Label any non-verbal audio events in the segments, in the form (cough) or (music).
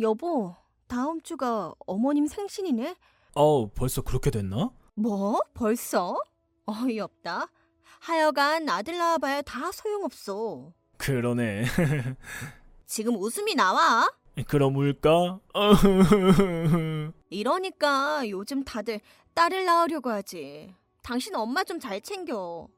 여보, 다음 주가 어머님 생신이네? 어우, 벌써 그렇게 됐나? 뭐? 벌써? 어이없다. 하여간 아들 낳아봐야 다 소용없어. 그러네. (laughs) 지금 웃음이 나와? 그럼 울까? (laughs) 이러니까 요즘 다들 딸을 낳으려고 하지. 당신 엄마 좀 잘 챙겨.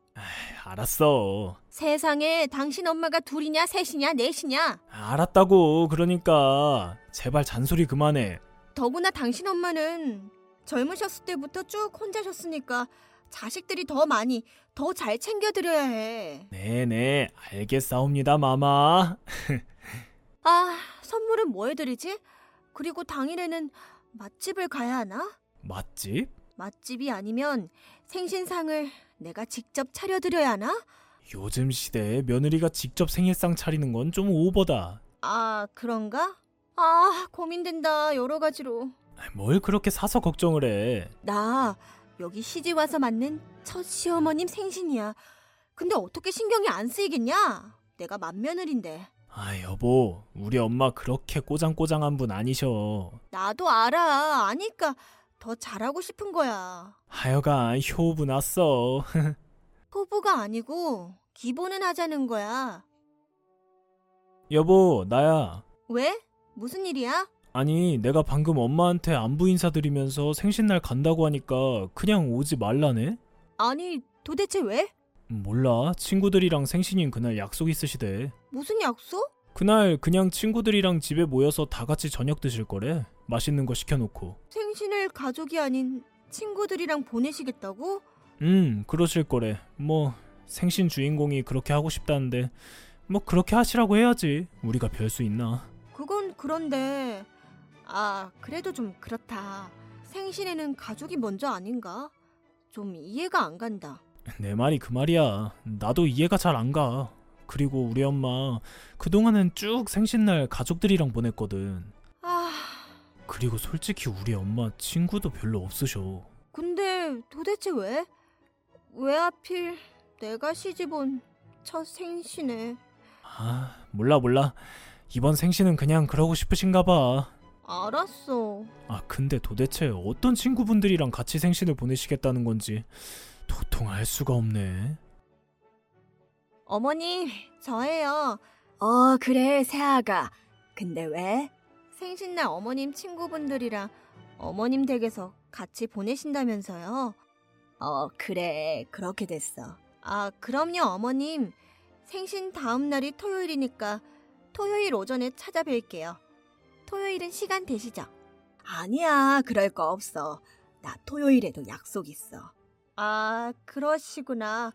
알았어. 세상에 당신 엄마가 둘이냐, 셋이냐, 넷이냐. 알았다고. 그러니까 제발 잔소리 그만해. 더구나 당신 엄마는 젊으셨을 때부터 쭉 혼자셨으니까 자식들이 더 많이, 더 잘 챙겨드려야 해. 네네, 알겠사옵니다, 마마. 아, 선물은 뭐 해드리지? 그리고 당일에는 맛집을 가야 하나? 맛집? 맛집이 아니면 생신상을 내가 직접 차려드려야 하나? 요즘 시대에 며느리가 직접 생일상 차리는 건 좀 오버다. 아, 그런가? 아, 고민된다, 여러 가지로. 뭘 그렇게 사서 걱정을 해. 나 여기 시집 와서 만난 첫 시어머님 생신이야. 근데 어떻게 신경이 안 쓰이겠냐? 내가 맏며느린데. 아, 여보, 우리 엄마 그렇게 꼬장꼬장한 분 아니셔. 나도 알아. 아니까 더 잘하고 싶은 거야. 하여간 효부 났어. 포부가 아니고 기본은 하자는 거야. 여보, 나야. 왜? 무슨 일이야? 아니, 내가 방금 엄마한테 안부 인사드리면서 생신날 간다고 하니까 그냥 오지 말라네? 음, 아니, 도대체 왜? 몰라, 친구들이랑 생신인 그날 약속 있으시대. 무슨 약속? 그날 그냥 친구들이랑 집에 모여서 다 같이 저녁 드실 거래. 맛있는 거 시켜놓고. 생신을 가족이 아닌 친구들이랑 보내시겠다고? 음, 그러실 거래. 뭐, 생신 주인공이 그렇게 하고 싶다는데, 뭐, 그렇게 하시라고 해야지. 우리가 별 수 있나. 그건 그런데 아, 그래도 좀 그렇다. 생신에는 가족이 먼저 아닌가? 좀 이해가 안 간다. 내 말이 그 말이야. 나도 이해가 잘 안 가. 그리고 우리 엄마, 그동안은 쭉 생신날 가족들이랑 보냈거든. 아, 그리고 솔직히 우리 엄마 친구도 별로 없으셔. 근데 도대체 왜? 왜 하필 내가 시집 온 첫 생신에 아, 몰라, 몰라. 이번 생신은 그냥 그러고 싶으신가 봐. 알았어. 아, 근데 도대체 어떤 친구분들이랑 같이 생신을 보내시겠다는 건지 도통 알 수가 없네. 어머니, 저예요. 어, 그래, 새아가. 근데 왜? 생신날 어머님 친구분들이랑 어머님 댁에서 같이 보내신다면서요. 어, 그래, 그렇게 됐어. 아, 그럼요, 어머님. 생신 다음 날이 토요일이니까 토요일 오전에 찾아뵐게요. 토요일은 시간 되시죠? 아니야, 그럴 거 없어. 나 토요일에도 약속 있어. 아, 그러시구나.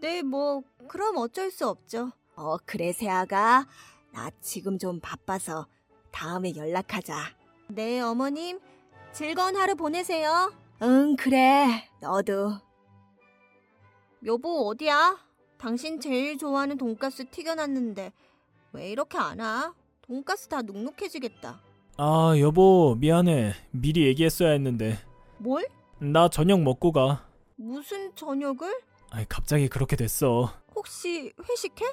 네, 뭐, 그럼 어쩔 수 없죠. 어, 그래, 새아가. 나 지금 좀 바빠서 다음에 연락하자. 네, 어머님. 즐거운 하루 보내세요. 응, 그래. 너도. 여보, 어디야? 당신 제일 좋아하는 돈가스 튀겨놨는데 왜 이렇게 안 와? 돈가스 다 눅눅해지겠다. 아, 여보, 미안해. 미리 얘기했어야 했는데. 뭘? 나 저녁 먹고 가. 무슨 저녁을? 아이, 갑자기 그렇게 됐어. 혹시 회식해?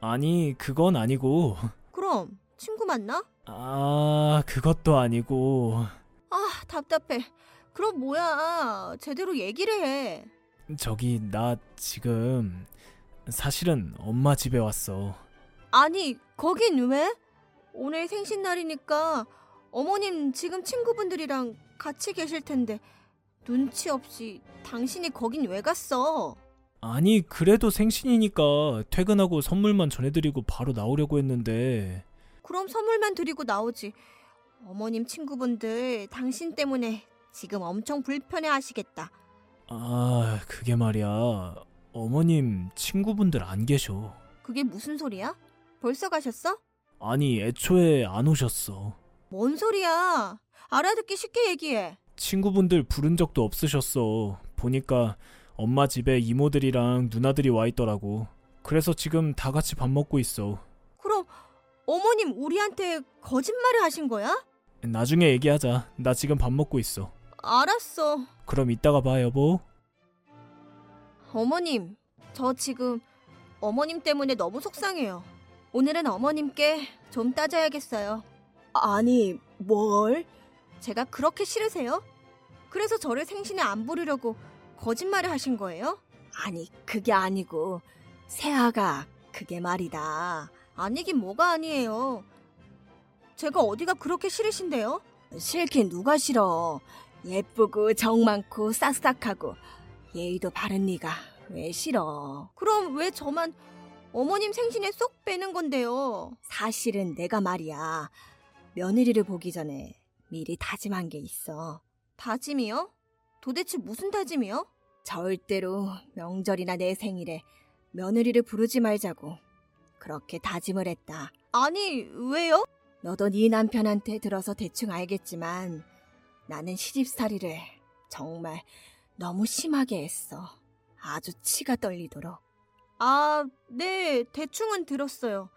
아니, 그건 아니고. 그럼 친구 만나? 아, 그것도 아니고. 아, 답답해. 그럼 뭐야? 제대로 얘기를 해. 저기, 나 지금 사실은 엄마 집에 왔어. 아니, 거긴 왜? 오늘 생신날이니까 어머님 지금 친구분들이랑 같이 계실 텐데 눈치 없이 당신이 거긴 왜 갔어? 아니, 그래도 생신이니까 퇴근하고 선물만 전해드리고 바로 나오려고 했는데. 그럼 선물만 드리고 나오지. 어머님 친구분들 당신 때문에 지금 엄청 불편해 하시겠다. 아, 그게 말이야. 어머님, 친구분들 안 계셔. 그게 무슨 소리야? 벌써 가셨어? 아니, 애초에 안 오셨어. 뭔 소리야? 알아듣기 쉽게 얘기해. 친구분들 부른 적도 없으셨어. 보니까 엄마 집에 이모들이랑 누나들이 와 있더라고. 그래서 지금 다 같이 밥 먹고 있어. 그럼 어머님 우리한테 거짓말을 하신 거야? 나중에 얘기하자. 나 지금 밥 먹고 있어. 알았어. 그럼 이따가 봐, 여보. 어머님, 저 지금 어머님 때문에 너무 속상해요. 오늘은 어머님께 좀 따져야겠어요. 아니, 뭘? 제가 그렇게 싫으세요? 그래서 저를 생신에 안 부르려고 거짓말을 하신 거예요? 아니, 그게 아니고. 세아가, 그게 말이다. 아니긴 뭐가 아니에요. 제가 어디가 그렇게 싫으신데요? 싫긴 누가 싫어. 예쁘고 정 많고 싹싹하고 예의도 바른 네가 왜 싫어. 그럼 왜 저만 어머님 생신에 쏙 빼는 건데요? 사실은 내가 말이야. 며느리를 보기 전에 미리 다짐한 게 있어. 다짐이요? 도대체 무슨 다짐이요? 절대로 명절이나 내 생일에 며느리를 부르지 말자고 그렇게 다짐을 했다. 아니, 왜요? 너도 네 남편한테 들어서 대충 알겠지만 나는 시집살이를 정말 너무 심하게 했어. 아주 치가 떨리도록. 아, 네, 대충은 들었어요.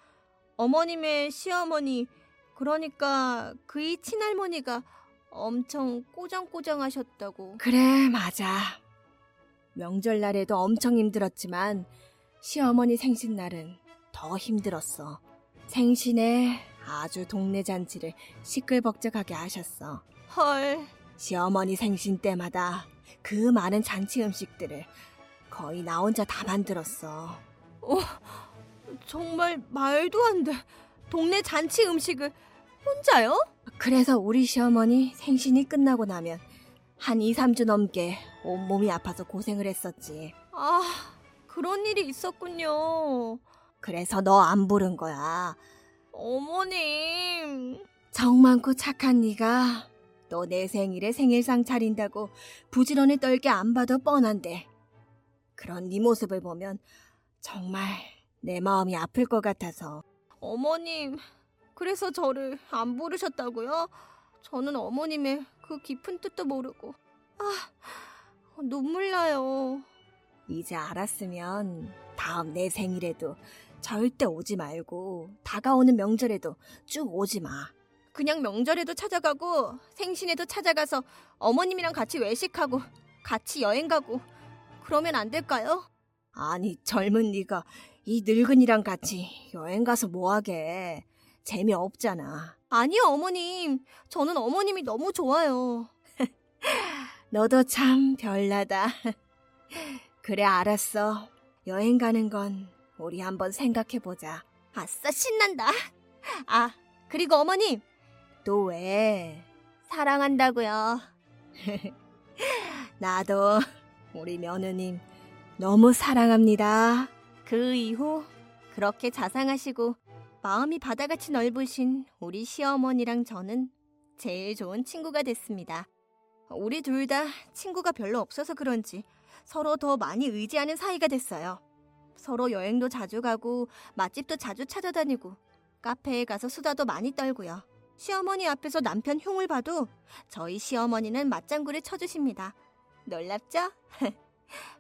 어머님의 시어머니, 그러니까 그이 친할머니가 엄청 꼬장꼬장 하셨다고. 그래, 맞아. 명절날에도 엄청 힘들었지만 시어머니 생신날은 더 힘들었어. 생신에 아주 동네 잔치를 시끌벅적하게 하셨어. 헐. 시어머니 생신 때마다 그 많은 잔치 음식들을 거의 나 혼자 다 만들었어. 정말 말도 안 돼. 동네 잔치 음식을 혼자요? 그래서 우리 시어머니 생신이 끝나고 나면 한 2, 3주 넘게 온몸이 아파서 고생을 했었지. 아, 그런 일이 있었군요. 그래서 너 안 부른 거야. 어머님. 정 많고 그 착한 네가 너 내 생일에 생일상 차린다고 부지런히 떨게 안 봐도 뻔한데 그런 네 모습을 보면 정말 내 마음이 아플 것 같아서 어머님. 그래서 저를 안 부르셨다고요? 저는 어머님의 그 깊은 뜻도 모르고. 아, 눈물 나요. 이제 알았으면 다음 내 생일에도 절대 오지 말고 다가오는 명절에도 쭉 오지 마. 그냥 명절에도 찾아가고 생신에도 찾아가서 어머님이랑 같이 외식하고 같이 여행 가고 그러면 안 될까요? 아니 젊은 네가 이 늙은이랑 같이 여행 가서 뭐 하게 재미 없잖아. 아니요, 어머님. 저는 어머님이 너무 좋아요. (laughs) 너도 참 별나다. 그래, 알았어. 여행 가는 건 우리 한번 생각해보자. 아싸, 신난다. 아, 그리고 어머님, 또 왜? 사랑한다고요. 나도 우리 며느님 너무 사랑합니다. 그 이후 그렇게 자상하시고 마음이 바다같이 넓으신 우리 시어머니랑 저는 제일 좋은 친구가 됐습니다. 우리 둘 다 친구가 별로 없어서 그런지 서로 더 많이 의지하는 사이가 됐어요. 서로 여행도 자주 가고 맛집도 자주 찾아다니고 카페에 가서 수다도 많이 떨고요. 시어머니 앞에서 남편 흉을 봐도 저희 시어머니는 맞장구를 쳐주십니다. 놀랍죠? (laughs)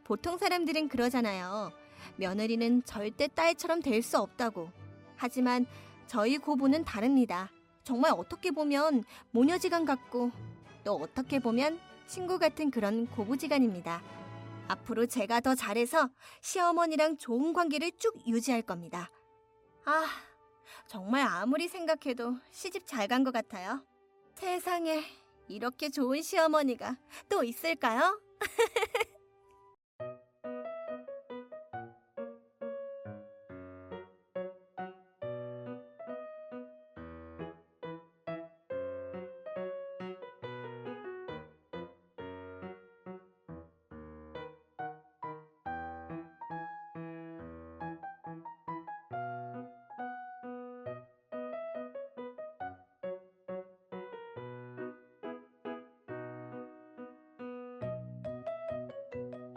보통 사람들은 그러잖아요. 며느리는 절대 딸처럼 될 수 없다고. 하지만 저희 고부는 다릅니다. 정말 어떻게 보면 모녀지간 같고 또 어떻게 보면 친구 같은 그런 고부지간입니다. 앞으로 제가 더 잘해서 시어머니랑 좋은 관계를 쭉 유지할 겁니다. 아, 정말 아무리 생각해도 시집 잘 간 것 같아요. 세상에 이렇게 좋은 시어머니가 또 있을까요?